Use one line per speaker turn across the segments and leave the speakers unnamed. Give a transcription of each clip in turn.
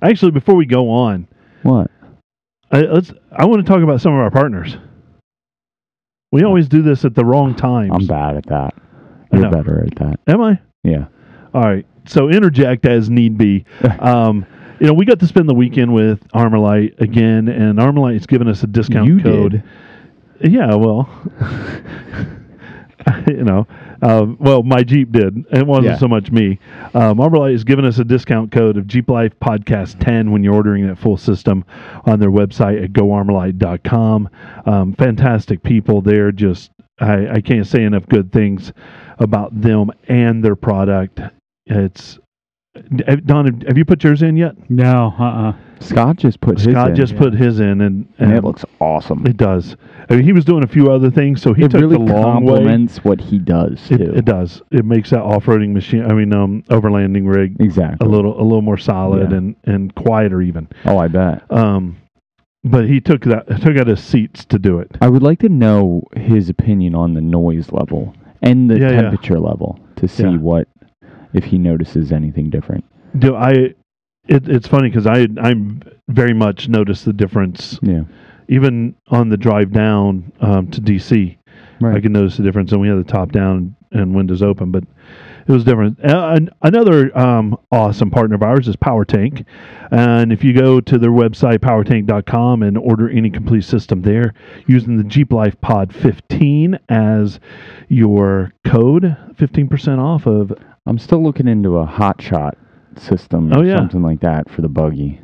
Actually, before we go on,
What?
I, let's. I want to talk about some of our partners. We always do this at the wrong times.
I'm bad at that.
I
You're
know.
better at that.
Am I?
Yeah.
All right. So interject as need be. Um, you know, we got to spend the weekend with Armorlight again, and Armorlight's given us a discount
you
code.
did.
Yeah, well, you know, um, well, my Jeep did. It wasn't
Yeah.
so much me. Um, Arborlight has given us a discount code of Jeep Life Podcast 10 when you're ordering that full system on their website at goarmorlight.com. Um, fantastic people. They're just, I, I can't say enough good things about them and their product. It's, eh, Don, have you put yours in yet?
No, uh-uh.
Scott just put his
Scott
in,
just
yeah.
put his in, and,
and it looks awesome.
it does. I mean, he was doing a few other things, so he
it
took
really
the long way.
complements what he does
It,
too.
it does. It makes that off-roading machine. I mean, um, overlanding rig a
Exactly.
little a little more solid
Yeah.
and and quieter even.
Oh, I bet.
Um, but he took that took out his seats to do it.
I would like to know his opinion on the noise level and the
Yeah, yeah.
temperature level to see
Yeah.
what if he notices anything different.
Do I? It, it's funny because I I'm very much noticed the difference
Yeah.
even on the drive down um, to DC. I
Right.
can notice the difference. And we had the top down and windows open, but it was different. Uh, an- another um, awesome partner of ours is Power Tank. And if you go to their website, powertank.com, and order any complete system there using the Jeep Life Pod 15 as your code, 15% off of.
I'm still looking into a hot shot system or
Oh, yeah.
something like that for the buggy.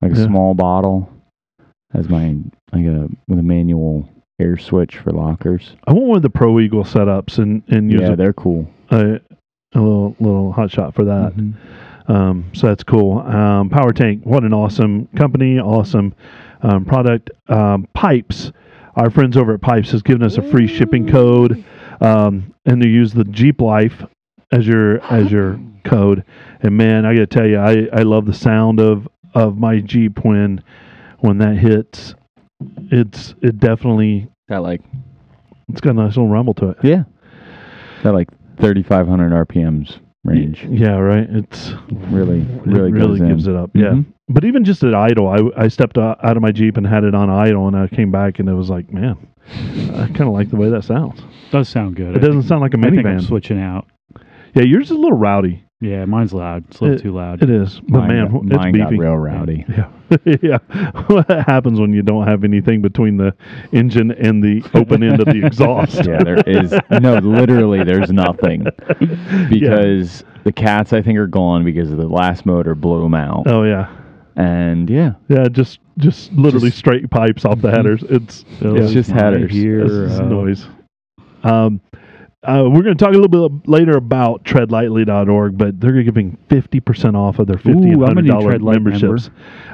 Like a
Yeah.
small bottle as my like a with a manual air switch for lockers.
I want one of the Pro Eagle setups and, and use
yeah, they're cool.
a, a, a little, little hot shot for that. Um, so that's cool. Um, Power Tank, what an awesome company, awesome um, product. Um, Pipes, our friends over at Pipes has given us a free shipping code, um, and they use the Jeep Life as your as your code. And man, I got to tell you, I, I love the sound of of my Jeep when when that hits. It's it definitely
Got like
it's got a nice little rumble to it.
yeah, got like 3,500 RPMs range.
Yeah, right. It's
Really, really,
it really
goes
gives
in.
it up. Yeah.
Mhm.
But even just at idle, I, I stepped o- out of my Jeep and had it on idle, and I came back and it was like, man, I kind of like the way that sounds.
Does sound good.
It doesn't sound like a
I think I'm
minivan.
switching out.
Yeah, yours is a little rowdy.
Yeah, mine's loud. It's a little too loud.
It is, but
Mine
man,
got-
it's
mine
beefy.
got real rowdy.
Yeah, yeah. what happens when you don't have anything between the engine and the open end of the exhaust?
yeah, there is no, literally, there's nothing because the cats I think are gone because the last motor blew them out,
Oh yeah,
and yeah,
yeah. Just just literally
Just-
straight pipes off the headers. It's
it's just headers.
This
Here,
is noise. uh, Um, uh, we're going to talk a little bit later about treadlightly.org, but they're giving 50% off of their 50
Ooh, I'm a
and
new
$100
Tread Lightly
memberships.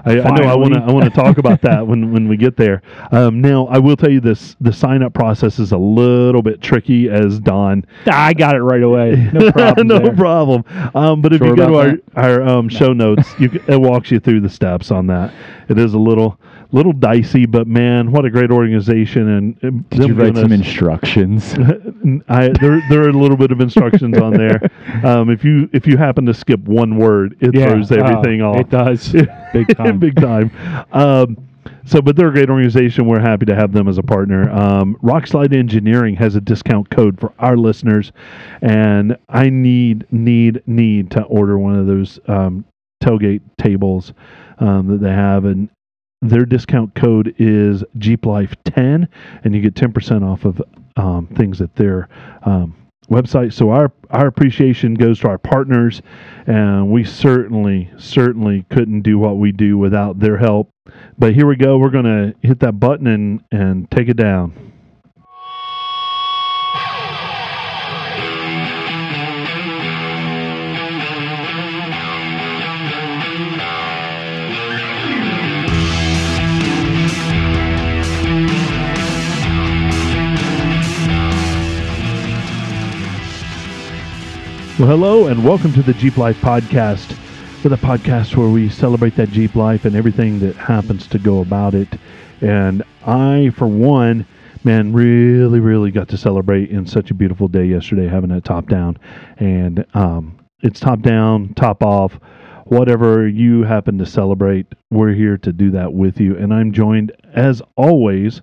I, I know I want to I
Finally.
want to talk about that when, when we get there. Um, now, I will tell you this the sign up process is a little bit tricky as Don
I got it right away. No problem.
no
there.
problem. Um, but if
Sure
you go to our,
about
our um, show notes, you, c- it walks you through the steps on that. It is a little little dicey, but man, what a great organization! And uh,
Did
them
you write
giving
some
us-
instructions?
I, there, there are a little bit of instructions on there. Um, if you if you happen to skip one word, it
Yeah,
throws
uh,
everything off.
It does. Big time.
Big time. Um, so, but they're a great organization. We're happy to have them as a partner. Um, Rockslide Engineering has a discount code for our listeners, and I need, need, need to order one of those um, tailgate tables um, that they have. And their discount code is JeepLife10, and you get 10% off of um, things at their um, website. So our our appreciation goes to our partners, and we certainly certainly couldn't do what we do without their help. But here we go. We're gonna hit that button and and take it down. Well, hello and welcome to the Jeep Life Podcast, with a podcast where we celebrate that Jeep life and everything that happens to go about it. And I, for one, man, really, really got to celebrate in such a beautiful day yesterday, having that top down, and um, it's top down, top off, whatever you happen to celebrate, we're here to do that with you. And I'm joined, as always,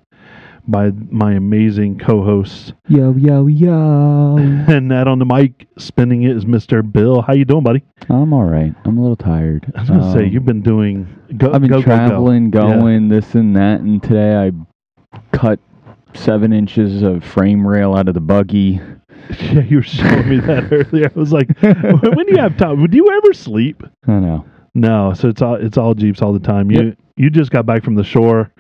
by my amazing co hosts.
Yo, yo, yo.
And that on the mic, spinning it is Mr. Bill. How you doing, buddy?
I'm all right. I'm a little tired.
I was gonna say
Um,
you've been doing. Go,
I've been
go, go, go.
traveling,
Yeah.
going this and that, and today I cut seven inches of frame rail out of the buggy.
Yeah, you were showing me that earlier. I was like, when do you have time? Do you ever sleep?
I know.
No, so it's all it's all jeeps all the time. You
Yep.
you just got back from the shore.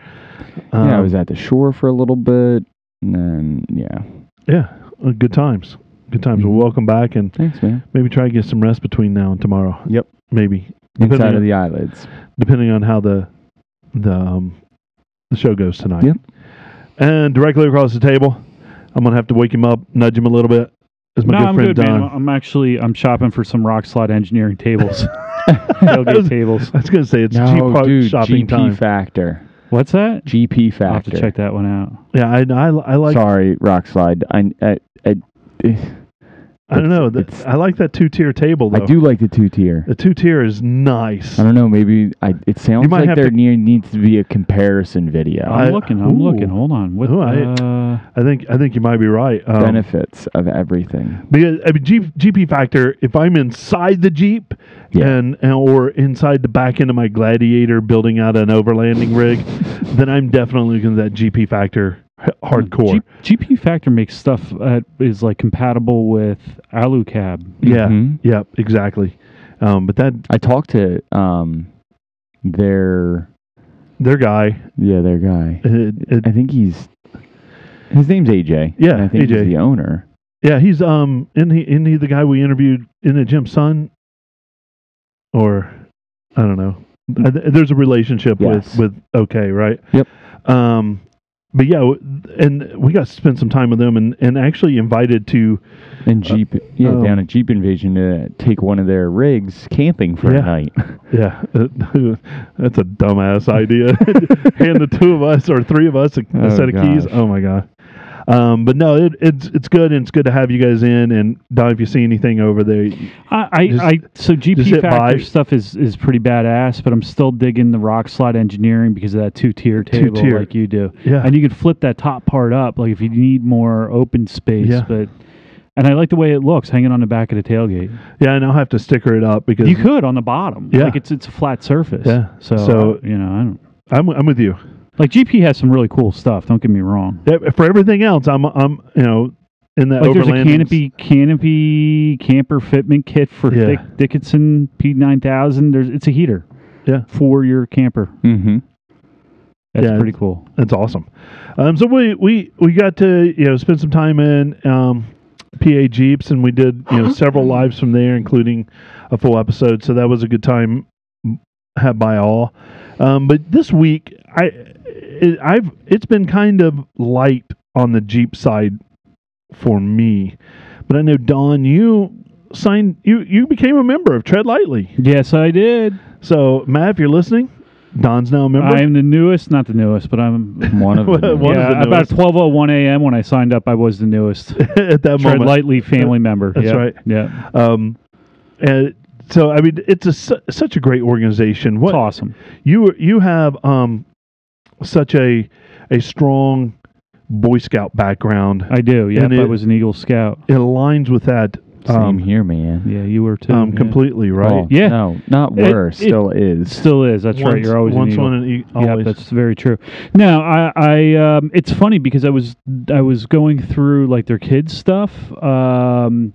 yeah, I
Um,
was at the shore for a little bit, and then yeah.
yeah, uh, good times, good times.
Mm-hmm.
Well, welcome back, and
Thanks, man.
maybe try to get some rest between now and tomorrow.
Yep.
maybe Depending
Inside
on-
of the eyelids.
depending on how the the um, the show goes tonight.
Yep.
And directly across the table, I'm gonna have to wake him up, nudge him a little bit. Is my
no,
good
I'm
friend
good,
Don?
man. I'm actually I'm shopping for some rock slide engineering tables, tailgate tables.
I was gonna say it's cheap
No,
pro-
dude,
shopping
GP
time.
factor.
What's that?
GP factor.
I'll have to check that one out.
yeah, I, I, I like.
Sorry, rock slide. I, I, I,
I don't know. that-
It's-
I like that two tier table
I
though.
do like the two tier.
The two tier is nice.
I don't know. Maybe I, it sounds
might
like
have
there
to-
near needs to be a comparison video.
I-
I'm looking. I'm
ooh.
looking. Hold on. What?
Ooh, I-
uh,
I think I think you might be right. Um,
Benefits of everything.
because I mean, G, GP factor. If I'm inside the Jeep
Yeah.
and, and or inside the back end of my Gladiator, building out an overlanding rig, then I'm definitely looking at that GP factor h- hardcore.
G- GP Factor makes stuff that is like compatible with AluCab.
Yeah,
Mhm.
yeah, exactly. Um, but that
I talked to um, their
their guy, uh,
yeah their guy.
it, it,
I think he's his name's AJ.
Yeah,
and I think
AJ.
he's the owner.
yeah, he's um, isn't he, isn't he the guy we interviewed in the gym, son? Or I don't know. I th- there's a relationship
Yes.
with with OK, right?
Yep.
Um, but yeah, w- and we got to spend some time with them, and and actually invited to
And Jeep, yeah,
oh.
down at Jeep Invasion to take one of their rigs camping for
Yeah.
a night.
yeah, uh, that's a dumbass idea. Hand the two of us or three of us a, a
Oh,
set of keys.
gosh.
Oh my god. Um, but no, it, it's it's good and it's good to have you guys in. And Don, if you see anything over there,
I, I,
Just-
I so
just hit
GP
buy.
Factor stuff is is pretty badass, but I'm still digging the rock slide engineering because of that two tier table
Two-tier.
like you do,
yeah,
and you can flip that top part up like if you need more open space.
Yeah.
But and I like the way it looks hanging on the back of the tailgate.
yeah, and I'll have to sticker it up because
You could on the bottom,
Yeah.
like it's it's a flat surface.
Yeah.
So, uh,
So-
you know, I don't
I'm I'm with you.
like GP has some really cool stuff. Don't get me wrong.
Yeah, For everything else, I'm I'm you know in that
like there's a
overlanding-
canopy canopy camper fitment kit for
Yeah.
Dick, Dickinson P9000. There's it's a heater.
Yeah.
For your camper.
mm-hmm.
That's
Yeah.
pretty cool.
That's awesome. Um, so we, we we got to you know spend some time in um, PA Jeeps, and we did you know several lives from there, including a full episode. So that was a good time had by all. Um, but this week, I it, I've it's been kind of light on the Jeep side for me, but I know Don, you signed you you became a member of Tread Lightly.
Yes, I did.
So Matt, if you're listening, Don's now a member.
I am the newest, not the newest, but I'm
One of them.
One of
yeah,
the
about
newest.
12:01 a.m. when I signed up, I was the newest.
at that
Tread
moment,
lightly family member.
That's
Yeah.
right.
Yeah.
Um, and so I mean, it's a su- such a great organization.
It's
What
awesome.
you you have um, such a a strong Boy Scout background.
I do. Yeah.
And
I
it-
was an Eagle Scout.
It aligns with that
Same
um,
here, man.
Yeah, you were too.
um,
yeah.
completely, right?
Oh,
Yeah.
No, not
It-
were.
it-
still is.
Still is. That's right.
Once-
You're always an
once
Eagle.
one and e-
Yeah,
always.
that's very true. No, I, I, um, it's funny because I was, I was going through like their kids stuff, um,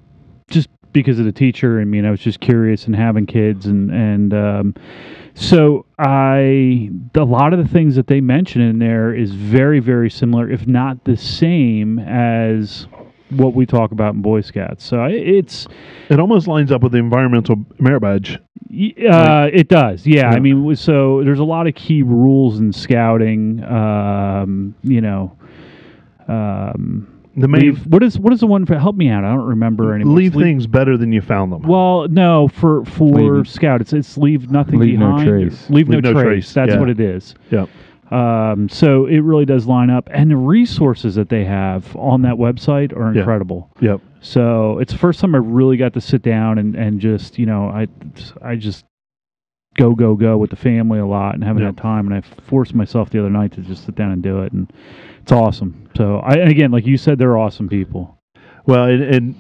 just because of the teacher. I mean, I was just curious and having kids, and and um, so I, a lot of the things that they mention in there is very, very similar, if not the same as what we talk about in Boy Scouts. So I, it's,
it almost lines up with the environmental merit badge.
Y- Uh, it does, yeah.
Yeah.
I mean, w- so there's a lot of key rules in scouting. Um, you know, um,
The main
leave, what is what is the one for? Help me out. I don't remember anymore.
leave
It's leave-
things better than you found them.
Well, no, for for
Leave-
scout, it's it's leave nothing
Leave no
behind.
trace.
Leave,
Leave
no, trace. That's
yeah.
what it is.
yeah,
Um, so it really does line up, and the resources that they have on that website are
Yeah.
incredible.
yeah.
So it's the first time I really got to sit down and, and just you know I I just go go go with the family a lot and haven't
Yeah.
had time. And I forced myself the other night to just sit down and do it, and it's awesome. So I and again, like you said, they're awesome people.
Well, and, and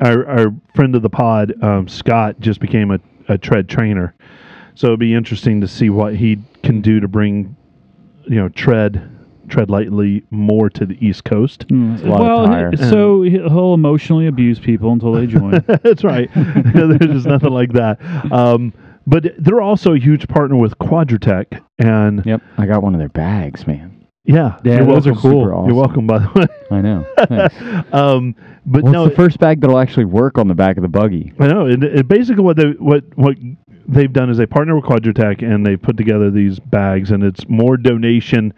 our, our friend of the pod, um, Scott, just became a, a tread trainer. So it'd be interesting to see what he can do to bring, you know, tread, tread lightly more to the East Coast.
Mm,
a lot of
well,
tire.
he- so he- he'll emotionally abuse people until they join.
That's right. There's just nothing like that. Um, but they're also a huge partner with Quadratech, and
Yep, I got one of their bags, man.
yeah,
Yeah,
you're
those are
welcome.
cool.
Super
You're
awesome.
welcome, by the
I know. Thanks.
way. um, but
What's
no,
the first bag that'll actually work on the back of the buggy?
I know. And, and basically, what they what what they've done is they partner with Quadratech and they put together these bags, and it's more donation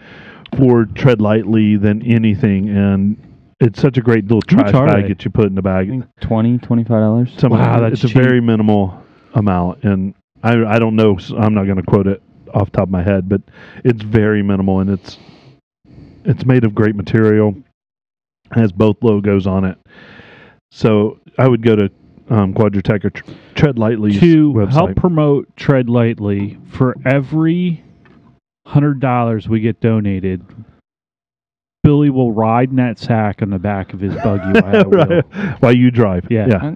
for Tread Lightly than anything, and it's such a great little
How much
trash
are
bag
they?
that you put in the
I
bag.
think 20 dollars.
Somehow,
Wow, that's
it's
cheap.
a very minimal amount, and I I don't know. so I'm not going to quote it off the top of my head, but it's very minimal, and it's it's made of great material, has both logos on it. So I would go to um, Quadratech or Tr- Tread Lightly's
to
website.
help promote Tread Lightly, for every hundred dollars we get donated, Billy will ride in that sack on the back of his buggy. while I will.
Right. While you drive,
Yeah.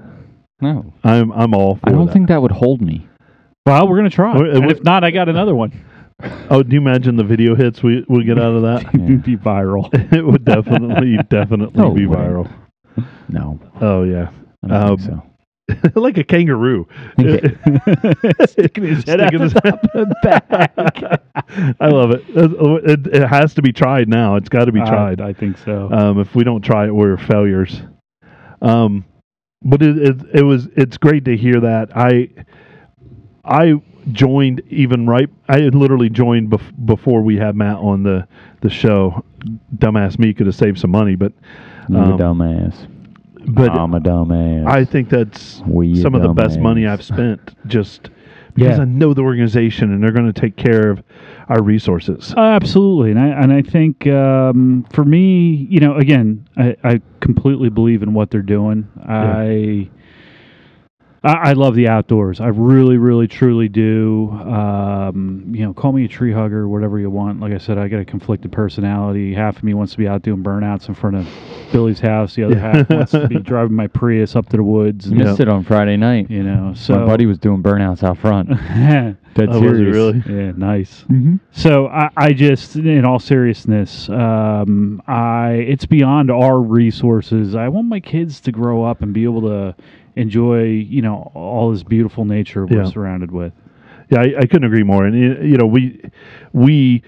No,
I'm I'm all for
I don't
that.
think that would hold me.
Well, we're gonna try.
Well, it
And
would-
if not, I got another one.
oh, do you imagine the video hits we we get out of that?
Yeah.
It'd be viral.
it would definitely definitely
No
be
way.
viral.
No,
Oh yeah,
I don't think
Um,
so.
like a kangaroo.
Okay.
Sticking his
head out the
top of the back. I love it. oh, it. It has to be tried now. It's got to be
I-
tried.
Uh, I, think so.
Um, if we don't try it, we're failures. Um, but it, it it was it's great to hear that. I I joined even right. I had literally joined bef- before we had Matt on the the show. Dumbass me could have saved some money, but
You're
um,
a dumbass.
but
I'm a dumbass.
I think that's
We
some of the best money
dumbass.
I've spent just because
Yeah.
I know the organization and they're going to take care of our resources.
Uh, absolutely, and I and I think um, for me, you know, again, I, I completely believe in what they're doing. I, I I love the outdoors. I really, really, truly do. Um, you know, call me a tree hugger, whatever you want. Like I said, I got a conflicted personality. Half of me wants to be out doing burnouts in front of Billy's house. The other
Yeah.
half wants to be driving my Prius up to the woods.
You
And,
missed it on Friday night.
You know, so
My buddy was doing burnouts out front.
yeah,
Dead
Oh, was he
serious.
really?
nice.
Mm-hmm.
So I, I just, in all seriousness, um, I it's beyond our resources. I want my kids to grow up and be able to enjoy, you know, all this beautiful nature we're
Yeah.
surrounded with.
Yeah, I, I couldn't agree more. And y- you know, we we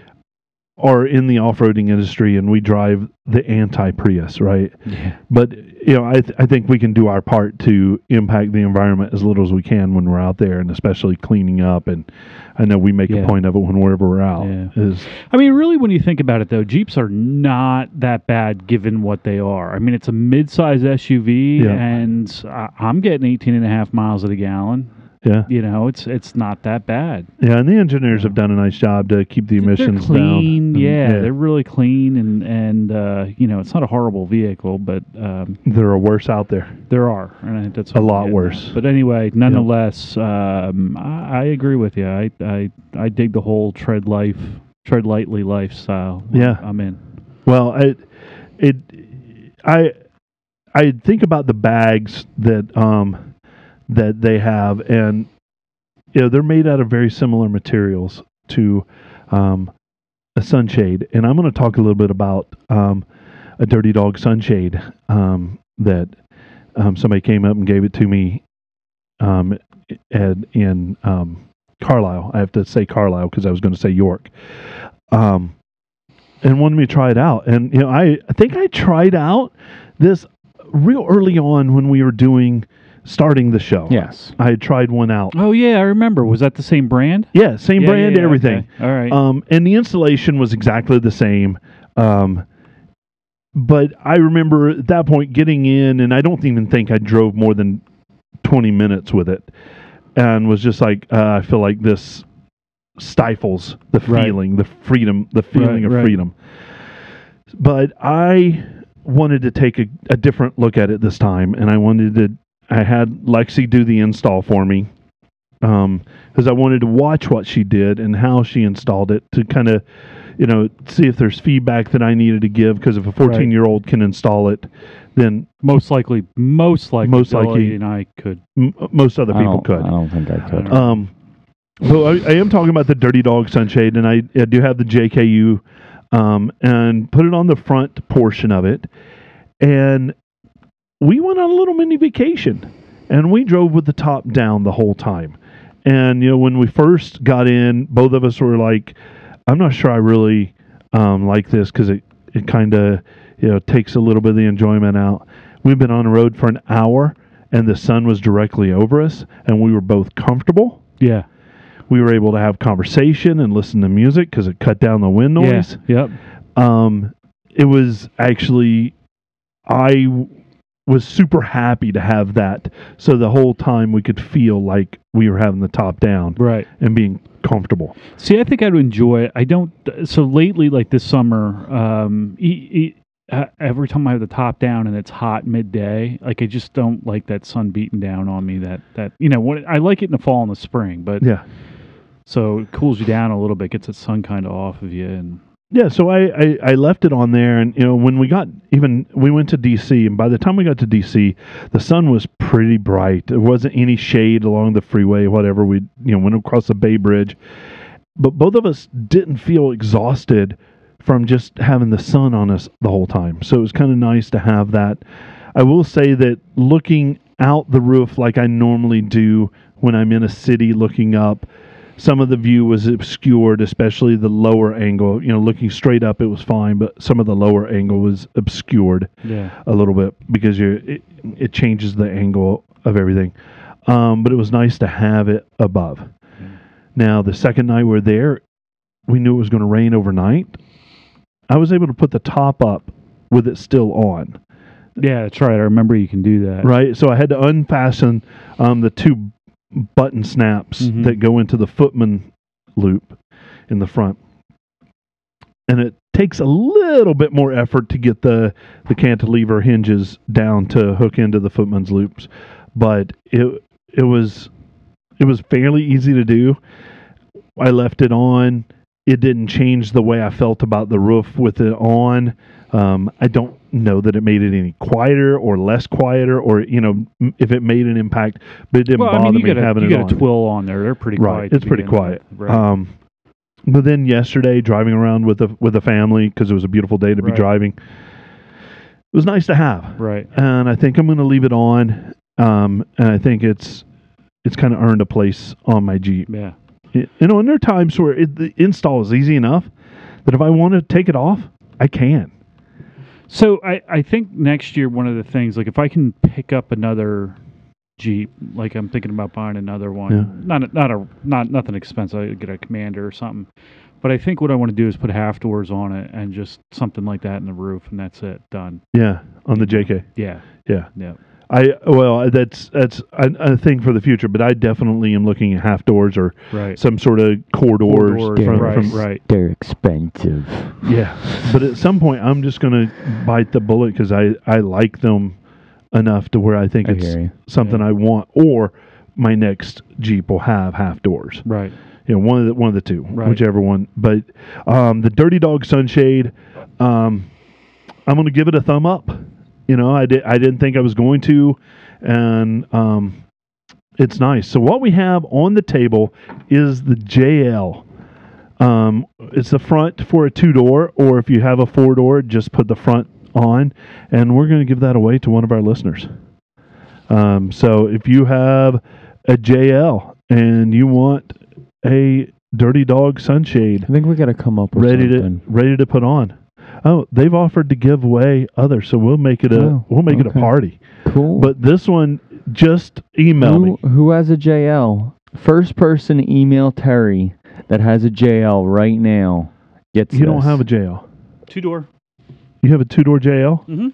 are in the off-roading industry and we drive the anti-Prius, right?
Yeah.
But you know, I th- I think we can do our part to impact the environment as little as we can when we're out there, and especially cleaning up. And I know we make
Yeah.
a point of it when wherever we're out
Yeah.
is
I mean, really, when you think about it, though, Jeeps are not that bad given what they are. I mean, it's a mid-size SUV,
Yeah.
and I, I'm getting 18 and a half miles at a gallon.
yeah
You know, it's it's not that bad.
yeah. And the engineers have done a nice job to keep the emissions
they're clean,
down. Um,
Yeah,
yeah.
they're really clean, and and uh, you know it's not a horrible vehicle, but um,
There are worse out there.
there are, and I think that's
A
what I'm
lot
getting
worse.
at. But anyway, nonetheless, um, I, I agree with you. I, I I dig the whole tread life, tread lightly lifestyle.
Yeah.
I'm in.
Well, I, it, I, I think about the bags that um, that they have, and you know they're made out of very similar materials to um, a sunshade. And I'm going to talk a little bit about um, a dirty dog sunshade um, that um, somebody came up and gave it to me um, at, in um, Carlisle. I have to say Carlisle because I was going to say York. Um, and wanted me to try it out. And you know, I, I think I tried out this real early on when we were doing starting the show.
Yes.
I had tried one out.
Oh yeah, I remember. Was that the same brand?
Yeah, same
Yeah,
brand,
yeah, yeah,
everything.
okay. All right.
Um, and the installation was exactly the same. Um, but I remember at that point getting in, and I don't even think I drove more than 20 minutes with it, and was just like, uh, I feel like this stifles the
Right.
feeling, the freedom, the feeling
Right,
of
right.
freedom. But I wanted to take a, a different look at it this time, and I wanted to. I had Lexi do the install for me because um, I wanted to watch what she did and how she installed it to kind of, you know, see if there's feedback that I needed to give. Because if a 14 year old can install it, then
Most likely, most likely,
Most
most
likely.
likely, and I could.
m- most other
I
people
don't-
could.
I don't think I could.
don't
Um, so I, I am talking about the Dirty Dog Sunshade, and I, I do have the JKU, um, and put it on the front portion of it, and we went on a little mini vacation, and we drove with the top down the whole time, and you know when we first got in, both of us were like, I'm not sure I really um, like this because it it kind of you know takes a little bit of the enjoyment out. We've been on the road for an hour, and the sun was directly over us, and we were both comfortable.
Yeah.
We were able to have conversation and listen to music because it cut down the wind noise.
Yeah. Yep.
Um, it was actually, I w- was super happy to have that. So the whole time we could feel like we were having the top down
Right.
and being comfortable.
See, I think I'd enjoy it. I don't. So lately, like this summer, um, e- e- uh, every time I have the top down and it's hot midday, like I just don't like that sun beating down on me. That that you know, what I like it in the fall and the spring, but
Yeah.
so it cools you down a little bit, gets the sun kind of off of you, and
Yeah, so I, I, I left it on there, and you know when we got even we went to DC, and by the time we got to DC, the sun was pretty bright. There wasn't any shade along the freeway, whatever. We you know went across the Bay Bridge, but both of us didn't feel exhausted from just having the sun on us the whole time. So it was kind of nice to have that. I will say that looking out the roof like I normally do when I'm in a city looking up, some of the view was obscured, especially the lower angle. You know, looking straight up, it was fine, but some of the lower angle was obscured
yeah,
a little bit because you it, it changes the angle of everything. Um, but it was nice to have it above. Now the second night we were there, we knew it was going to rain overnight. I was able to put the top up with it still on
yeah, that's right. I remember you can do that.
right? So I had to unfasten um, the two button snaps
Mhm.
that go into the footman loop in the front, and it takes a little bit more effort to get the the cantilever hinges down to hook into the footman's loops, but it it was it was fairly easy to do. I left it on. It didn't change the way I felt about the roof with it on. Um, I don't know that it made it any quieter or less quieter, or you know, m- if it made an impact, but it didn't
Well,
bother
I mean, you
me
got a
having
you
it
got
on.
a twill on there. They're pretty
Right,
quiet.
it's
to
pretty
begin
quiet.
with, Right.
Um, but then yesterday, driving around with a with a family because it was a beautiful day to be
Right.
driving. It was nice to have,
right.
and I think I'm going to leave it on. Um, and I think it's it's kind of earned a place on my Jeep.
Yeah.
You know, and there are times where it, the install is easy enough that if I want to take it off, I can.
So I, I think next year one of the things like if I can pick up another Jeep, like I'm thinking about buying another one.
Yeah.
Not a, not a not nothing expensive. I could get a Commander or something. But I think what I want to do is put half doors on it and just something like that in the roof, and that's it. Done.
Yeah, on the JK.
Yeah.
Yeah.
Yeah.
I well, that's that's a, a thing for the future, but I definitely am looking at half doors or
Right.
some sort of corridors.
Corridors,
from,
right.
from-
right.
They're expensive.
Yeah, but at some point, I'm just gonna bite the bullet because I I like them enough to where I think
I
it's
hear you.
something I want or. My next Jeep will have half doors.
Right.
you know, one of the one of the two,
Right.
whichever one. But um, the Dirty Dog Sunshade, um, I'm going to give it a thumb up. You know, I did I didn't think I was going to, and um, it's nice. So what we have on the table is the JL. Um, it's the front for a two door, or if you have a four door, just put the front on, and we're going to give that away to one of our listeners. Um, so if you have a JL and you want a dirty dog sunshade
I think we got to come up with
ready
something.
to ready to put on. Oh, they've offered to give away others, so we'll make it a
Oh,
we'll make it a
okay.
party.
cool.
But this one, just email
who,
me.
who has a JL? First person to email Terry that has a JL right now gets.
You don't have a JL.
Two door.
You have a two door JL.
Mm-hmm. Oh,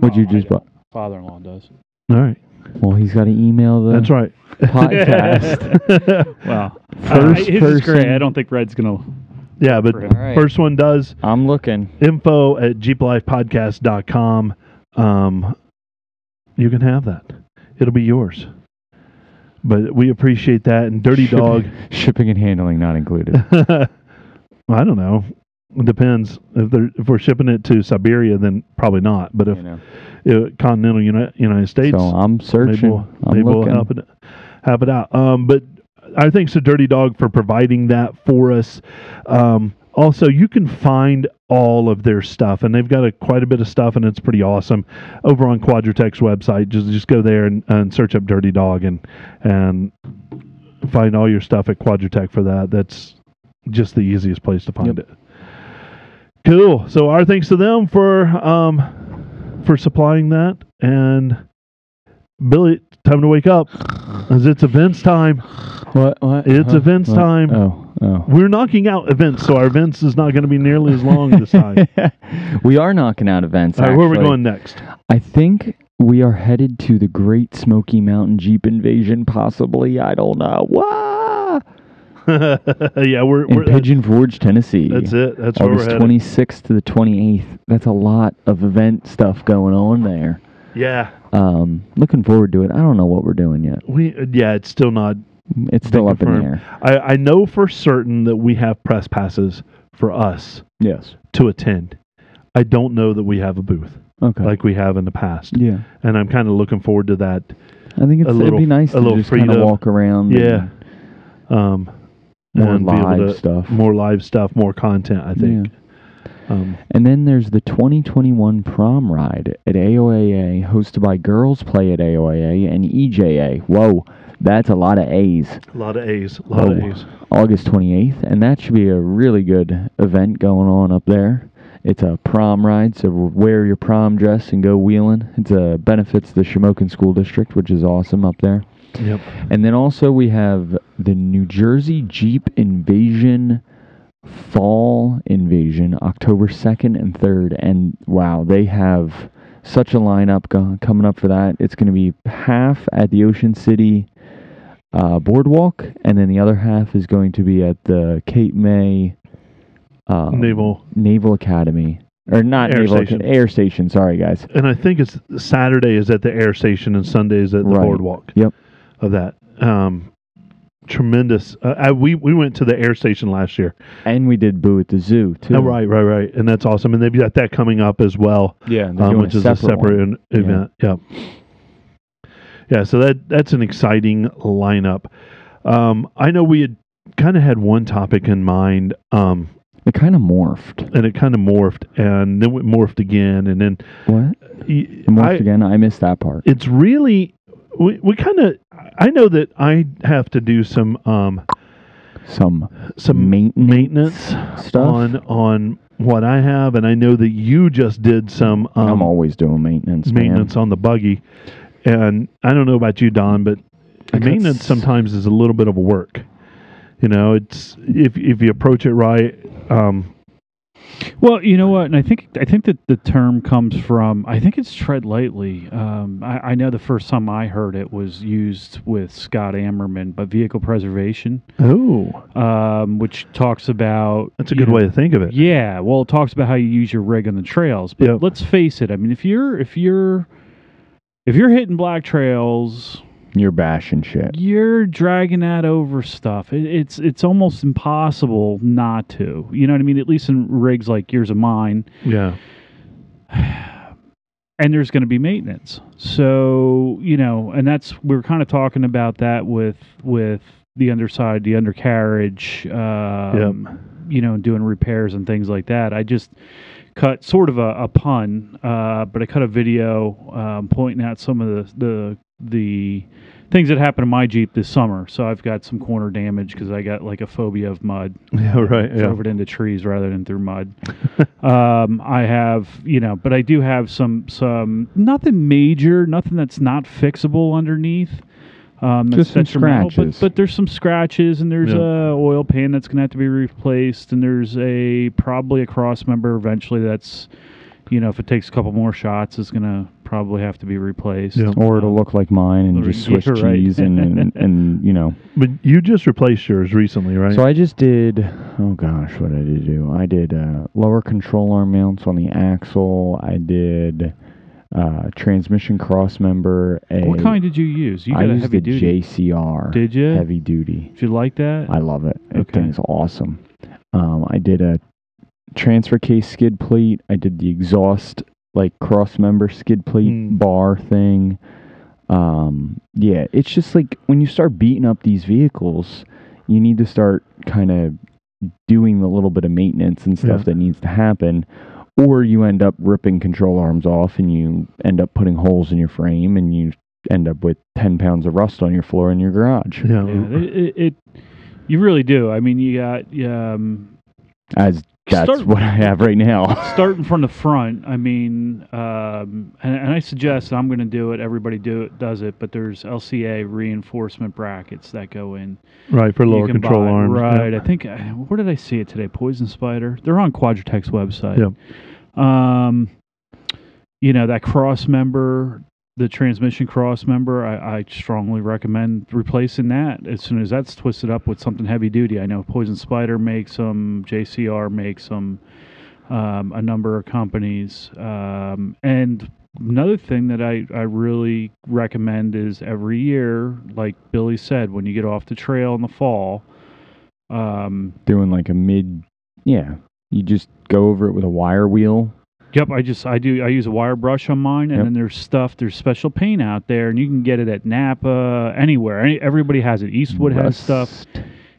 Would you just? bu-
Father-in-law does.
All right,
Well, he's got to email the
that's right.
podcast.
Wow.
First
his is great.
person-
I don't think Red's gonna.
yeah, but
For him.
All right.
first one does
I'm looking.
info at jeeplifepodcast.com. Um, you can have that. It'll be yours. But we appreciate that. And Dirty
Shipping-
Dog,
Shipping and handling not included.
I don't know. It depends if they're if we're shipping it to Siberia, then probably not. But if
you know.
uh, continental Uni- United States,
So I'm
maybe
searching.
we'll,
I'm
maybe we'll
looking.
help it help it out. Um, but I thanks to Dirty Dog for providing that for us. Um, also, you can find all of their stuff, and they've got a, quite a bit of stuff, and it's pretty awesome over on Quadratech's website. Just just go there and, and search up Dirty Dog and and find all your stuff at Quadratech for that. That's just the easiest place to find
Yep.
it. Cool. So our thanks to them for um for supplying that and Billy, time to wake up. As it's events time.
What? What?
It's
Huh?
events
What?
time.
Oh, oh.
We're knocking out events, so our events is not going to be nearly as long this time.
we are knocking out events.
All right, where are we
actually.
going next?
I think we are headed to the Great Smoky Mountain Jeep Invasion, possibly. I don't know. Wah!
yeah, we're,
In
we're
Pigeon Forge, Tennessee.
that's it. That's where we're
August
headed.
26th to the 28th. That's a lot of event stuff going on there.
Yeah,
Um, looking forward to it. I don't know what we're doing yet.
we yeah, it's still not
It's still
been
up in the
confirmed.
air.
I I know for certain that we have press passes for us
Yes.
to attend. I don't know that we have a booth
Okay.
like we have in the past,
yeah.
and I'm kind of looking forward to that.
I think it's,
little-
it'd be nice
a
to
little
just kind of
freedom.
walk around.
Yeah. Um,
More
and be able
live
to-
stuff.
more live stuff, more content. I
And,
think.
yeah.
Um,
And then there's the 2021 prom ride at AOAA, hosted by Girls Play at AOAA and EJA. Whoa, that's a lot of A's.
a lot of A's. A lot of
Oh.
A's.
August 28th, and that should be a really good event going on up there. It's a prom ride, so wear your prom dress and go wheeling. It's uh, benefits the Shamokin School District, which is awesome up there.
Yep.
And then also we have the New Jersey Jeep Invasion Fall Invasion, October 2nd and 3rd. And wow, they have such a lineup go- coming up for that. It's going to be half at the Ocean City uh, Boardwalk, and then the other half is going to be at the Cape May uh,
Naval,
Naval Academy. Or not
Air
Naval
Station.
Academy, Air Station. Sorry, guys.
and I think it's Saturday is at the air station and Sunday is at the
Right.
boardwalk.
Yep.
Of that. Um, tremendous. Uh, I, we we went to the air station last year.
And we did Boo at the Zoo, too.
Oh, right, right, right, and that's awesome. And they've got that coming up as well.
Yeah, they're
um,
doing
which is a
one.
separate in-
Yeah.
event. Yeah. Yeah. So that that's an exciting lineup. Um, I know we had kind of had one topic in mind, um,
It kind of morphed.
and it kind of morphed, and then it morphed again, and then
What?
y-
It morphed
I-
again. I missed that part.
it's really we, we kind of. I know that I have to do some um,
Some
some
maintenance,
maintenance
stuff.
on on what I have, and I know that you just did some um,
I'm always doing maintenance. man.
maintenance on the buggy. And I don't know about you, Don, but
I got
maintenance
s-
sometimes is a little bit of a work. You know, it's if if you approach it right, um,
Well, you know what, and I think I think that the term comes from I think it's tread lightly. Um, I, I know the first time I heard it was used with Scott Ammerman, but vehicle preservation,
oh,
um, which talks about
that's a
you
good
know,
way to think of it.
Yeah, well, it talks about how you use your rig on the trails, but
Yeah.
let's face it. I mean, if you're if you're if you're hitting black trails,
You're bashing shit.
you're dragging that over stuff. It, it's it's almost impossible not to. You know what I mean? At least in rigs like yours and mine,
Yeah,
and there's going to be maintenance. So you know, and that's we were kind of talking about that with with the underside, the undercarriage, um, you know, doing repairs and things like that. I just cut sort of a, a pun, uh, but I cut a video um, pointing out some of the the the things that happened to my Jeep this summer. So I've got some corner damage because I got like a phobia of mud
yeah, right. Yeah,
drove it into trees rather than through mud. um, I have, you know, but I do have some some nothing major, nothing that's not fixable underneath. Um, that's
Just some
detrimental,
scratches.
but, but there's some scratches, and there's
Yeah.
a oil pan that's going to have to be replaced, and there's a probably a cross member eventually that's, you know, if it takes a couple more shots, is going to probably have to be replaced.
Yeah.
Or it'll look like mine and
Or-
just Swiss
yeah, right.
cheese and, and and you know.
but you just replaced yours recently, right?
So I just did. Oh gosh, what did I do? I did uh, lower control arm mounts on the axle. I did uh, transmission cross member. A,
what kind did you use? You
I
got a
used
heavy
the
duty.
JCR.
Did you?
Heavy duty.
Did you like that?
I love it. That
Okay.
thing's awesome. Um, I did a transfer case skid plate. I did the exhaust like cross member skid plate
Hmm.
Mm.
bar thing. Um, yeah, it's just like when you start beating up these vehicles, you need to start kind of doing the little bit of maintenance and stuff
Yeah.
that needs to happen. Or you end up ripping control arms off and you end up putting holes in your frame and you end up with 10 pounds of rust on your floor in your garage.
Yeah.
yeah, it, it, it. You really do. I mean, you got um,
As that's
Start-
what I have right now.
starting from the front i mean um, and, and i suggest i'm going to do it everybody do it does it but there's lca reinforcement brackets that go in
Right for
You
lower
can
control
buy-
arms. yeah.
right i think I- where did i see it today poison spider they're on quadratech's website
Yeah.
um you know that cross member the transmission cross member I, I strongly recommend replacing that as soon as that's twisted up with something heavy duty i know poison spider makes them jcr makes them um, a number of companies um, and another thing that I, I really recommend is every year like billy said when you get off the trail in the fall um,
Doing like a mid, yeah. You just go over it with a wire wheel.
Yep, I just I do I use a wire brush on mine, and
Yep.
then there's stuff there's special paint out there, and you can get it at Napa anywhere. Any, everybody has it. Eastwood has stuff.
Rust.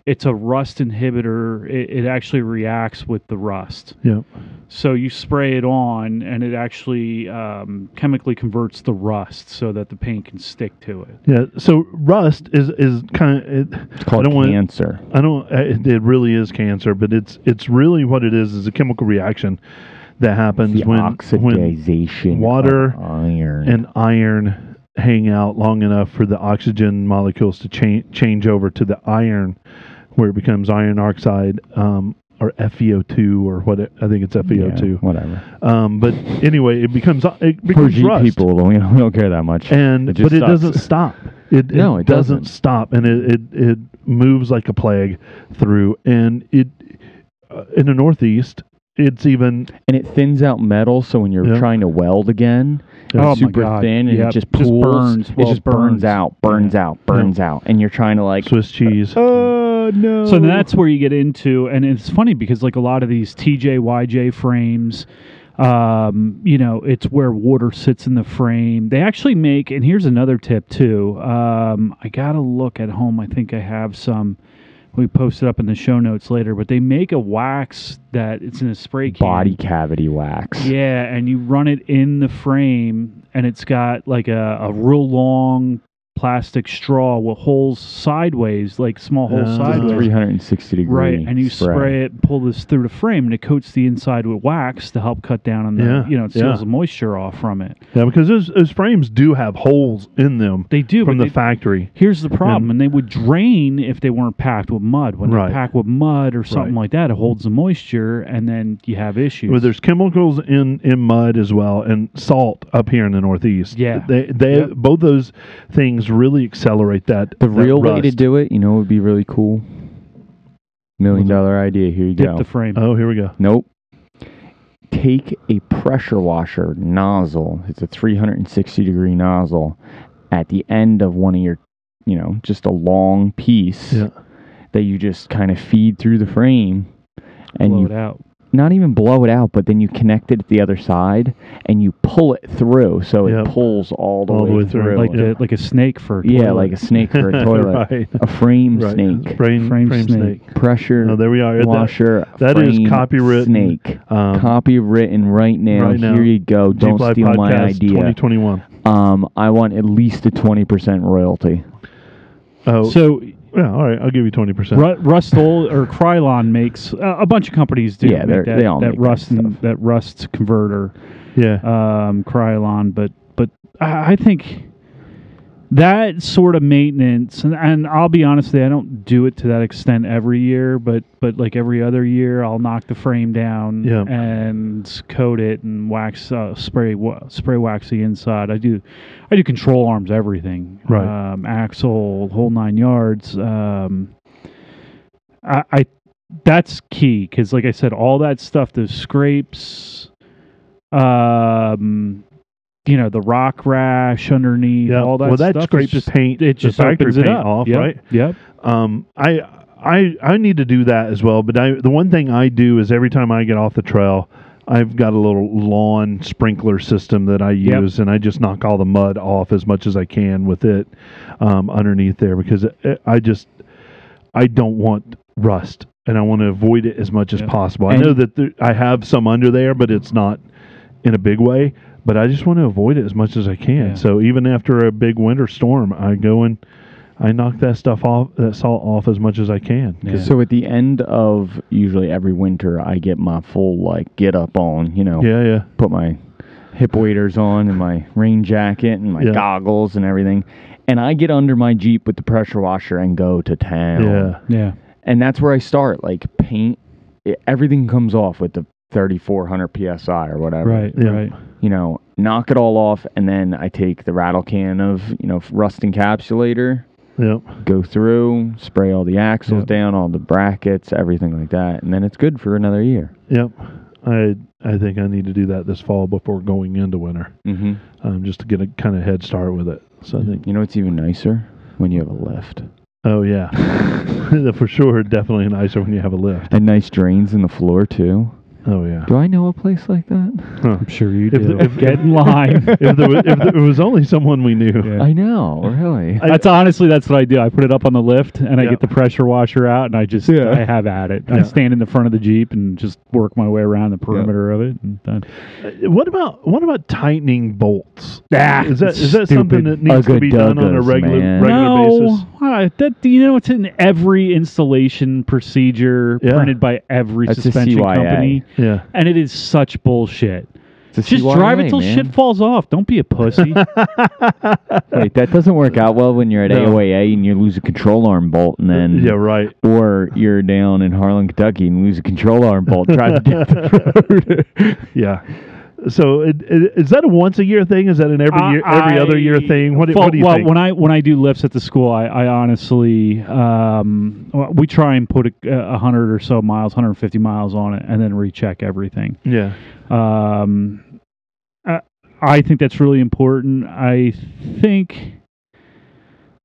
It's a rust inhibitor. It, it actually reacts with the rust,
Yeah.
so you spray it on, and it actually um, chemically converts the rust so that the paint can stick to it.
Yeah. So rust is is kind of. It,
It's
I
called
don't wanna-
cancer.
I don't. I- It, it really is cancer, but it's it's really what it is is a chemical reaction that happens
The
when when
oxidization of
water
iron.
and iron hang out long enough for the oxygen molecules to change change over to the iron, where it becomes iron oxide um, or FeO2 or what it, I think it's
Yeah,
FeO2.
whatever.
Um, but anyway, it becomes it
For
becomes
G
rust.
people, we don't, we don't care that much.
and
It just
but it
sucks.
doesn't stop. It,
No, it doesn't.
stop, and it, it it moves like a plague through, and it uh, in the Northeast, it's even
and it thins out metal, so when you're
Yeah.
trying to weld again,
Yeah.
Oh my
it's super
God.
thin and
Yep.
it just
Just
pulls.
burns. Well,
it just burns,
burns.
out, burns out, burns out, and you're trying to like.
Swiss cheese.
Oh no!
Mm.
So that's where you get into, and it's funny because like a lot of these TJ YJ frames, um, you know, it's where water sits in the frame. They actually make, and here's another tip too. Um, I gotta look at home. I think I have some. We post it up in the show notes later, but they make a wax that it's in a spray can.
body cavity wax.
Yeah, and you run it in the frame, and it's got like a, a real long plastic straw with holes sideways, like small holes
Uh,
Just
sideways.
360 degree
Right, and you spray. it and pull this through the frame, and it coats the inside with wax to help cut down on the,
Yeah,
you know, it seals
yeah.
the moisture off from it.
Yeah, because those, those frames do have holes in them
They do,
from
but
the
they-
factory.
here's the problem, and they would drain if they weren't packed with mud. When
Right.
they're packed with mud or something like that, it holds the moisture, and then you have issues.
Well, there's chemicals in, in mud as well, and salt up here in the Northeast.
Yeah.
they they
Yep.
both those things really accelerate that.
The
that
real way to
rust.
do it, you know, would be really cool. Mm-hmm. Million dollar idea. Here you
Dip
go.
the frame.
Oh, here we go.
nope. Take a pressure washer nozzle. It's a 360 degree nozzle at the end of one of your, you know, just a long piece
Yeah.
that you just kind of feed through the frame, and
blow
you
it out.
not even blow it out, but then you connect it at the other side and you pull it through, so
Yep.
it pulls all the
All
way, through,
Like
Yeah.
a, like a snake for a
yeah,
toilet.
like a snake for a toilet,
right,
a frame
right.
snake,
Frame,
Frame
frame,
snake.
snake.
pressure
Oh, there we are. That-
washer.
that is
frame
copywritten,
Snake.
um,
Copywritten right now.
right now.
Here you go. Don't
Jeep Live
steal my
Podcast
idea.
2021.
Um, I want at least a twenty percent royalty.
Oh,
so
yeah. All right, I'll give you 20%.
Ru- Rustol or Krylon makes uh, a bunch of companies do.
Yeah,
make
they're-
that,
they all
that
make that
rust and-
stuff.
that rust converter,
Yeah.
um, Krylon. But but I, I think that sort of maintenance, and, and I'll be honest, with you, I don't do it to that extent every year, but but like every other year, I'll knock the frame down
Yeah.
and coat it and wax uh, spray wa- spray wax the inside. I do I do control arms, everything,
Right.
Um, axle, whole nine yards. Um, I, I that's key because, like I said, all that stuff, those scrapes, um, you know, the rock rash underneath,
Yeah.
all that
well, that
stuff. is
scrapes
just,
paint.
it just
the factory
opens it
paint
up.
off,
Yep,
right?
Yep.
Um, I I I need to do that as well. But I, the one thing I do is every time I get off the trail, I've got a little lawn sprinkler system that I
Yep.
use, and I just knock all the mud off as much as I can with it um, underneath there because it, it- I just I don't want rust, and I want to avoid it as much as
Yeah.
possible. I
And-
know that there, I have some under there, but it's not in a big way. But I just want to avoid it as much as I can.
Yeah.
So even after a big winter storm, I go and I knock that stuff off, that salt off as much as I can. 'Cause-
So at the end of usually every winter, I get my full like get up on. You know,
Yeah, yeah.
put my hip waders on and my rain jacket and my
Yeah.
goggles and everything, and I get under my jeep with the pressure washer and go to town.
Yeah.
Yeah.
and that's where I start. Like paint, it, everything comes off with the 3400 psi or whatever.
Right.
Yeah.
Right.
You know, knock it all off, and then I take the rattle can of you know rust encapsulator,
Yep.
go through, spray all the axles
Yep.
down, all the brackets, everything like that, and then it's good for another year.
Yep. I I think I need to do that this fall before going into winter,
Mm-hmm.
um, just to get a kind of head start with it. So I think,
You know what's even nicer when you have a lift
oh yeah, for sure, definitely nicer when you have a lift.
and nice drains in the floor too.
Oh yeah.
Do I know a place like that?
Huh.
I'm sure you
If
do.
the- if-
Get in line.
if, there was, if there was only someone we knew.
Yeah.
I know, really.
I-
That's honestly that's what I do. I put it up on the lift and I
Yeah.
get the pressure washer out and I just
Yeah.
I have at it. I
Yeah.
stand in the front of the Jeep and just work my way around the perimeter of it and done.
Uh, What about what about tightening bolts?
Ah,
is that
it's
is that something
stupid.
that needs to
Ugga
be done on a
duggas,
regular
man.
regular
no,
basis?
Uh, that you know it's in every installation procedure
Yeah.
printed by every
That's a
suspension
CYA.
company,
Yeah.
and it is such bullshit.
It's a
Just
CYA,
drive it till
man.
shit falls off. Don't be a pussy.
Wait, that doesn't work out well when you're at
No.
AOAA and you lose a control arm bolt, and then
yeah. Right.
or you're down in Harlan, Kentucky, and lose a control arm bolt. Try to get the road.
Yeah. So it, it, is that a once a year thing? Is that an every year, every other year
I-
thing? What, do-
Well,
what do you
well,
think?
when I when I do lifts at the school, I, I honestly um, well, we try and put a, a hundred or so miles, 150 miles on it, and then recheck everything.
yeah.
Um, I, I think that's really important. I think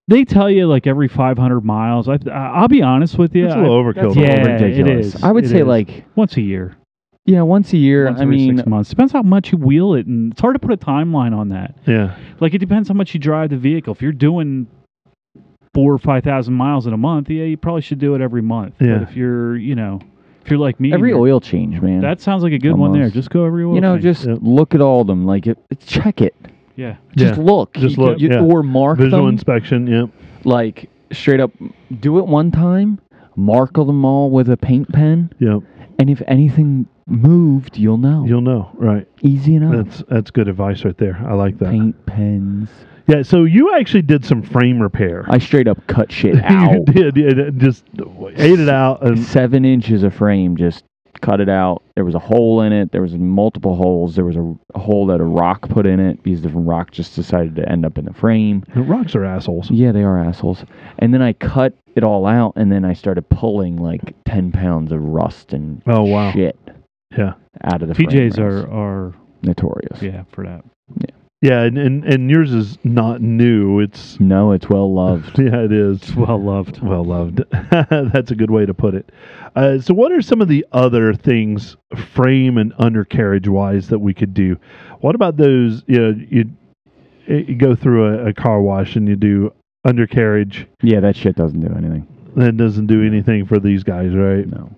they tell you like every 500 miles. I, I'll be honest with you.
That's a little
I-
overkill.
yeah,
though.
ridiculous. it is.
I would
It
say
is.
like
once a year.
yeah, once a year.
once
I
every
mean,
six months. Depends how much you wheel it, and it's hard to put a timeline on that.
Yeah.
Like it depends how much you drive the vehicle. If you're doing four or five thousand miles in a month, yeah, you probably should do it every month.
Yeah.
But if you're, you know, if you're like me,
every
you're-
oil change, man.
that sounds like a good one there.
Almost.
Just go every oil.
you know,
change.
just
Yep.
look at all them. Like it, check it.
yeah.
Just
Yeah.
look.
Just
You could-
look,
you-
yeah.
or mark
Visual
them.
inspection. Yep.
like straight up, do it one time. Mark them all with a paint pen,
Yep.
and if anything moved, you'll know.
You'll know. Right.
Easy enough.
That's that's good advice right there. I like that.
paint pens.
Yeah. So you actually did some frame repair.
I straight up cut shit
you
out.
did. Yeah, that- just ate it out. And,
Seven inches of frame, just cut it out. There was a hole in it. There was multiple holes. There was a, a hole that a rock put in it because the rock just decided to end up in the frame.
the rocks are assholes.
Yeah, they are assholes. And then I cut it all out, and then I started pulling like ten pounds of rust and
Oh, wow.
shit
Yeah.
out of the frame rails.
PJs are are
notorious.
yeah for that.
Yeah. And, and and yours is not new. It's
No, it's well loved.
yeah. It is.
It's well loved.
Well loved. That's a good way to put it. Uh, so, what are some of the other things, frame and undercarriage wise, that we could do? What about those? You know, you, eh, you go through a, a car wash and you do undercarriage.
yeah, that shit doesn't do anything.
That doesn't do anything for these guys, right?
No.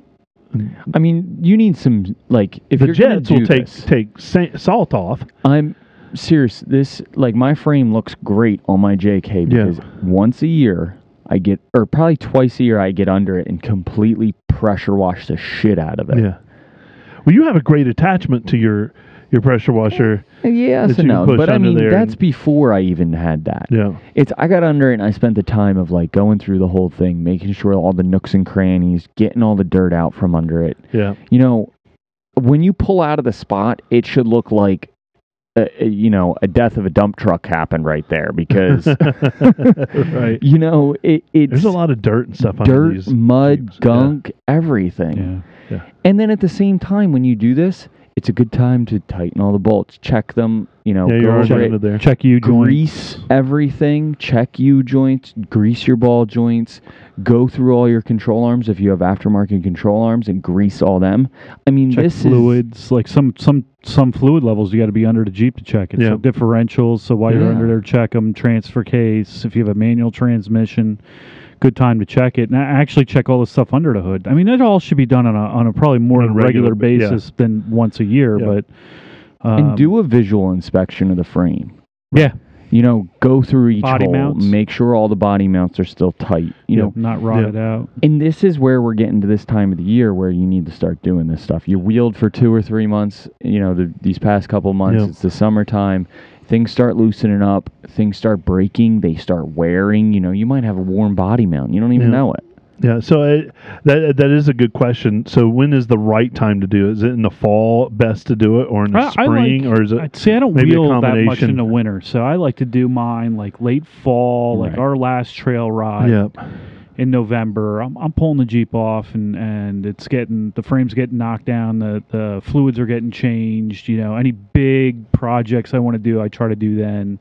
I mean, you need some like if
the
you're gonna
jets will
do
take
this-
take sa- salt off.
I'm serious. This like my frame looks great on my JK
Yeah.
because once a year I get, or probably twice a year I get under it and completely pressure wash the shit out of it.
Yeah. Well, you have a great attachment to your your pressure washer.
Yeah, yes
That
and
you
no,
push
but I
under
mean
there
that's
and-
before I even had that.
Yeah.
It's I got under it and I spent the time of like going through the whole thing, making sure all the nooks and crannies, getting all the dirt out from under it.
Yeah.
you know, when you pull out of the spot, it should look like, uh, uh, you know, a death of a dump truck happened right there because,
right.
you know, it, it's
There's a lot of dirt and stuff under
dirt,
these.
mud,
Jeeps. Yeah.
gunk, everything.
yeah.
And then at the same time, when you do this, it's a good time to tighten all the bolts, check them, you know,
yeah,
go
you're
over
already
it,
into there.
Oh, Check you joint.
grease everything, check U joints, grease your ball joints, go through all your control arms if you have aftermarket control arms and grease all them. I mean,
Check
this is
fluids. like some some some fluid levels, you got to be under the Jeep to check it.
Yeah.
So differentials. So while you're
Yeah.
under there, check them. Transfer case. If you have a manual transmission, good time to check it. And I actually check all the stuff under the hood. I mean, that all should be done on a on a probably more
On a regular
regular,
ba- yeah.
basis than once a year.
Yeah.
But um,
and do a visual inspection of the frame.
yeah,
You know, go through each
Body
hole,
mounts.
make sure all the body mounts are still tight. You know,
not rotted out.
And this is where we're getting to this time of the year where you need to start doing this stuff. You wheeled for two or three months, you know, the, these past couple months,
Yeah.
it's the summertime. Things start loosening up, things start breaking, they start wearing. You know, you might have a warm body mount. You don't even
Yeah.
know it.
Yeah, so I, that that is a good question. So when is the right time to do it? Is it in the fall best to do it, or in the
I- I
spring,
like-
or is it?
I'd say I don't
maybe a
wheel that much in
combination?
the winter, so I like to do mine like late fall, like
Right.
our last trail ride
yeah,
in November. I'm, I'm pulling the Jeep off, and and it's getting the frame's getting knocked down, the the fluids are getting changed. You know, any big projects I want to do, I try to do then.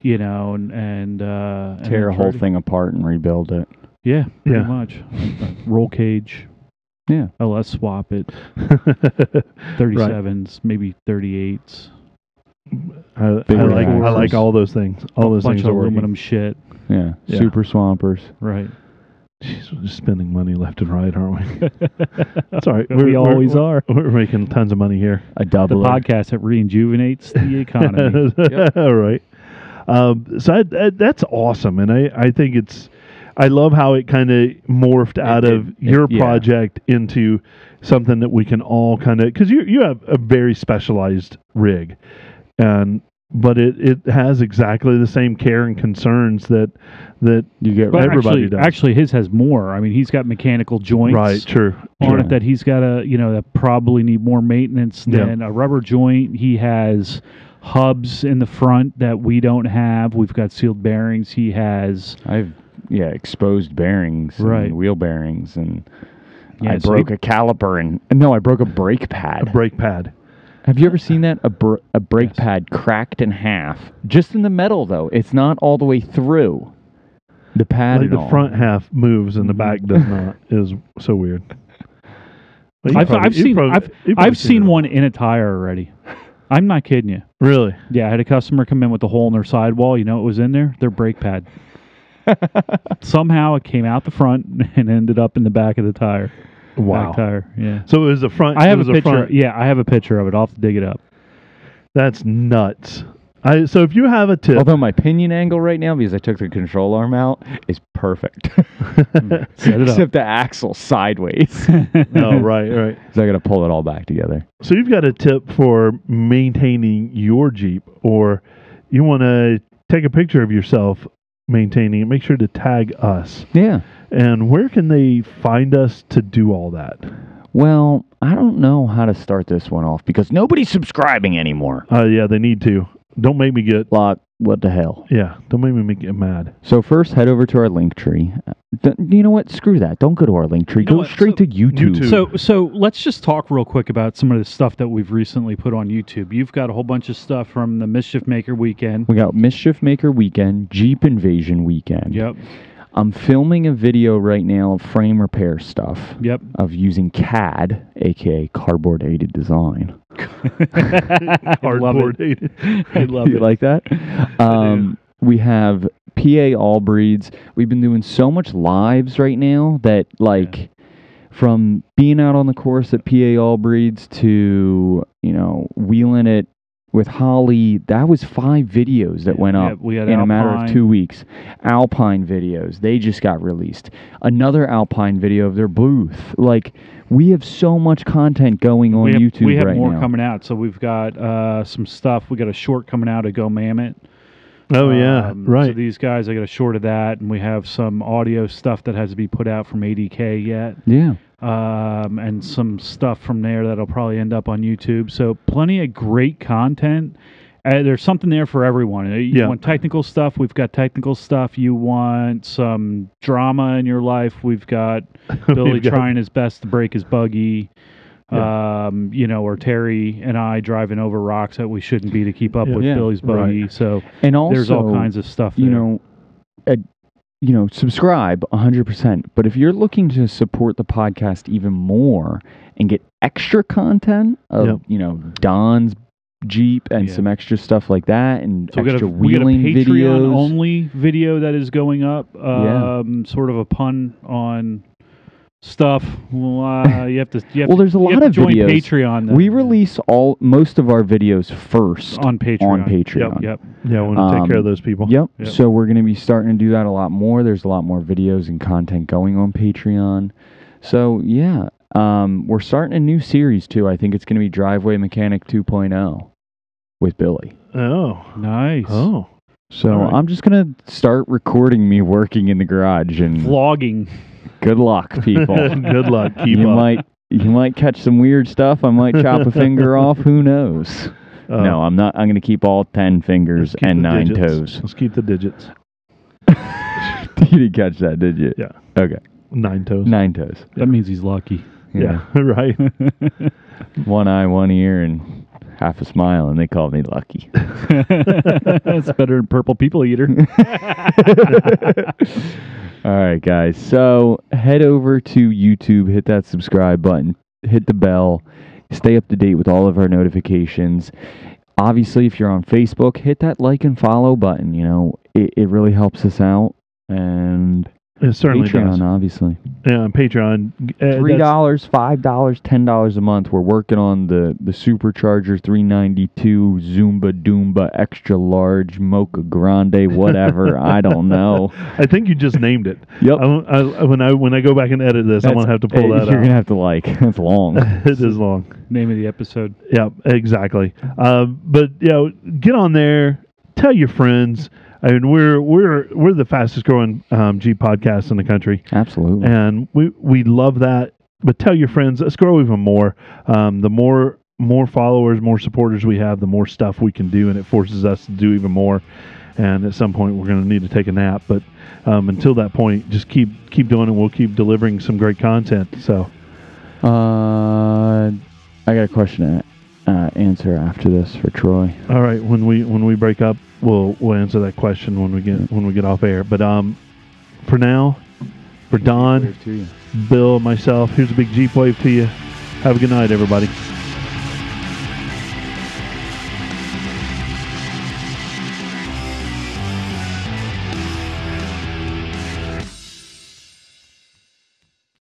You know, and and uh, and
Tear
then
a
try
whole
to-
thing apart and rebuild it.
Yeah, pretty
Yeah.
much. Roll cage.
Yeah.
LS swap it. Thirty sevens, maybe thirty eights.
I, I
Big
like I
racks.
like all those things. All those
bunch
things
of
are working.
aluminum shit.
Yeah.
Yeah.
Super swampers.
Right.
Jeez, we're just spending money left and right, aren't we? That's all right.
We always are.
We're making tons of money here.
A
the
double.
podcast that rejuvenates the economy.
Yep.
all right. Um, so I, I, that's awesome, and I, I think it's I love how it kind of morphed out
it-
of
it-
your
yeah.
project into something that we can all kind of because you you have a very specialized rig, and but it, it has exactly the same care and concerns that that
You get
But
right.
Everybody
actually,
does.
actually, his has more. I mean, he's got mechanical joints
right true
on
Sure.
it that he's got to, you know, that probably need more maintenance
Yeah.
than a rubber joint. He has hubs in the front that we don't have. We've got sealed bearings. He has.
I've, yeah, exposed bearings, and
Right.
wheel bearings, and
Yeah,
I
so
broke a caliper and, no, I broke a brake pad.
a brake pad
Have you ever seen that? A, br- a brake
Yes.
pad cracked in half, just in the metal though. It's not all the way through the pad.
like
and
the
all.
front half moves and the
Mm-hmm.
back does not is so weird. Well, you
I've,
probably-
I've
you
seen
probably-
I've,
you probably
I've seen
it.
one in a tire already. I'm not kidding you.
really.
Yeah, I had a customer come in with a hole in their sidewall. You know what was in there? Their brake pad. Somehow it came out the front and ended up in the back of the tire.
Wow.
Back tire. Yeah.
So it was the front.
I
it
have a
was the
picture.
front-
Yeah, I have a picture of it. I'll have to dig it up.
That's nuts. I, so if you have a tip,
Oh,
Although my pinion angle right now, because I took the control arm out, is perfect.
Set it up.
Except the axle sideways.
no, right, right.
so I got to pull it all back together.
So you've got a tip for maintaining your Jeep, or you want to take a picture of yourself maintaining it. Make sure to tag us.
Yeah.
And where can they find us to do all that?
Well, I don't know how to start this one off because nobody's subscribing anymore.
Uh, yeah, they need to. Don't make me get.
Like, what the hell?
Yeah, don't make me get mad.
So first, head over to our link tree. Uh, th- you know what? Screw that. Don't go to our link tree.
You know
go
what?
straight
So-
to YouTube.
YouTube.
so, so let's just talk real quick about some of the stuff that we've recently put on YouTube. You've got a whole bunch of stuff from the Mischief Maker weekend.
We got Mischief Maker Weekend, Jeep Invasion Weekend.
Yep.
I'm filming a video right now of frame repair stuff
Yep.
of using CAD, aka cardboard aided design.
Cardboard.
I love
you
it.
like that? Um, we have PA All Breeds. We've been doing so much lives right now that like from being out on the course at PA All Breeds to, you know, wheeling it with Holly, that was five videos that went up.
Yeah, we had
in a matter of
Alpine.
two weeks. Alpine videos, they just got released. Another Alpine video of their booth. Like, we have so much content going on
we have,
YouTube
we have
right
more
now.
coming out. So we've got uh, some stuff. We got a short coming out of Go Mammoth.
Oh yeah,
Um, So
right.
these guys, I got a short of that, and we have some audio stuff that has to be put out from ADK yet,
Yeah.
um, and some stuff from there that'll probably end up on YouTube. So plenty of great content. Uh, there's something there for everyone. Uh, You
Yeah.
want technical stuff? We've got technical stuff. You want some drama in your life? We've got Billy
We've got-
trying his best to break his buggy. um, you know, or Terry and I driving over rocks that we shouldn't be to keep up
Yeah.
with
Yeah.
Billy's buggy. So
And also,
there's all kinds of stuff.
you
there.
know, uh, you know, subscribe 100%. But if you're looking to support the podcast even more and get extra content of,
Yep.
you know, Don's Jeep and
Yeah.
some extra stuff like that and
So we got,
extra
a, we got a
wheeling
Patreon
videos.
only video that is going up.
Yeah.
Um, Sort of a pun on stuff. Well, uh, you have to. You have
Well,
to-
there's a
you have
lot
to
of
join
videos.
Patreon. Then.
we release all most of our videos first
on Patreon.
on Patreon.
Yep.
Yeah, I want to
Um,
take care of those people.
Yep.
Yep.
So we're going to be starting to do that a lot more. There's a lot more videos and content going on Patreon. So yeah, um, we're starting a new series too. I think it's going to be Driveway Mechanic 2.0 with Billy.
Oh.
Nice.
Oh.
So
All right.
I'm just going to start recording me working in the garage, and
Vlogging.
good luck, people.
Good luck. Keep
you
up.
might you might catch some weird stuff. I might chop a finger off. Who knows?
Uh,
no, I'm not. I'm going to keep all ten
let's
fingers
keep
and
the
nine
digits.
toes.
Let's keep the digits.
you didn't catch that, did you?
Yeah.
Okay.
Nine toes.
Nine toes.
That means he's lucky.
Yeah. right.
one eye, one ear, and half a smile, and they called me lucky.
That's better than Purple People Eater.
All right, guys. So head over to YouTube, hit that subscribe button, hit the bell, stay up to date with all of our notifications. Obviously, if you're on Facebook, hit that like and follow button. You know, it, it really helps us out. And
It certainly
Patreon,
does.
obviously.
Yeah, and Patreon. uh, that's-
three dollars, five dollars, ten dollars a month. We're working on the the supercharger 392 Zumba Doomba extra large Mocha Grande, whatever. I don't know.
I think you just named it.
Yep.
I, won't- I- when I when I go back and edit this, I
That's-
won't have to pull
eh,
that
You're gonna
out.
have to like. That's long.
it is long.
Name of the episode.
Yeah, exactly. Uh, but you know, get on there, tell your friends. I mean, we're we're we're the fastest growing um, G podcast in the country,
Absolutely.
and we we love that. But tell your friends. Let's grow even more. Um, the more more followers, more supporters we have, the more stuff we can do, and it forces us to do even more. And at some point, we're going to need to take a nap. But um, until that point, just keep keep doing it. We'll keep delivering some great content. So
Uh, I got a question to uh, answer after this for Troy.
All right, when we when we break up, we'll we'll answer that question when we get when we get off air. But um, for now, for Don, Bill, myself, here's a big Jeep wave to you. Have a good night, everybody.